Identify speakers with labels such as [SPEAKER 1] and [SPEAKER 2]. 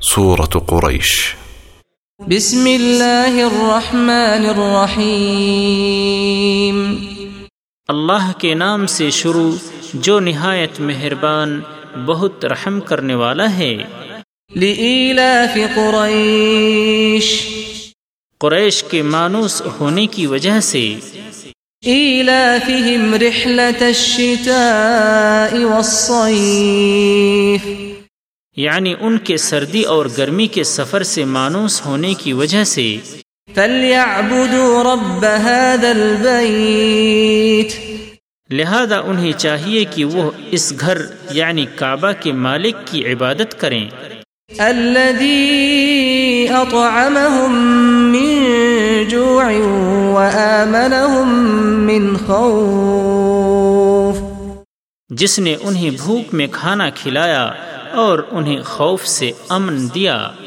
[SPEAKER 1] سورة قريش
[SPEAKER 2] بسم اللہ الرحمن الرحیم
[SPEAKER 3] اللہ کے نام سے شروع جو نہایت مہربان بہت رحم کرنے والا ہے
[SPEAKER 2] لإيلاف قريش
[SPEAKER 3] قریش کے مانوس ہونے کی وجہ سے
[SPEAKER 2] إيلافهم رحلة الشتاء والصيف
[SPEAKER 3] یعنی ان کے سردی اور گرمی کے سفر سے مانوس ہونے کی وجہ سے
[SPEAKER 2] فليعبدوا رب هذا البيت
[SPEAKER 3] لہذا انہیں چاہیے کہ وہ اس گھر یعنی کعبہ کے مالک کی عبادت کریں
[SPEAKER 2] الذي أطعمهم من جوع وآمنهم من خوف
[SPEAKER 3] جس نے انہیں بھوک میں کھانا کھلایا اور انہیں خوف سے امن دیا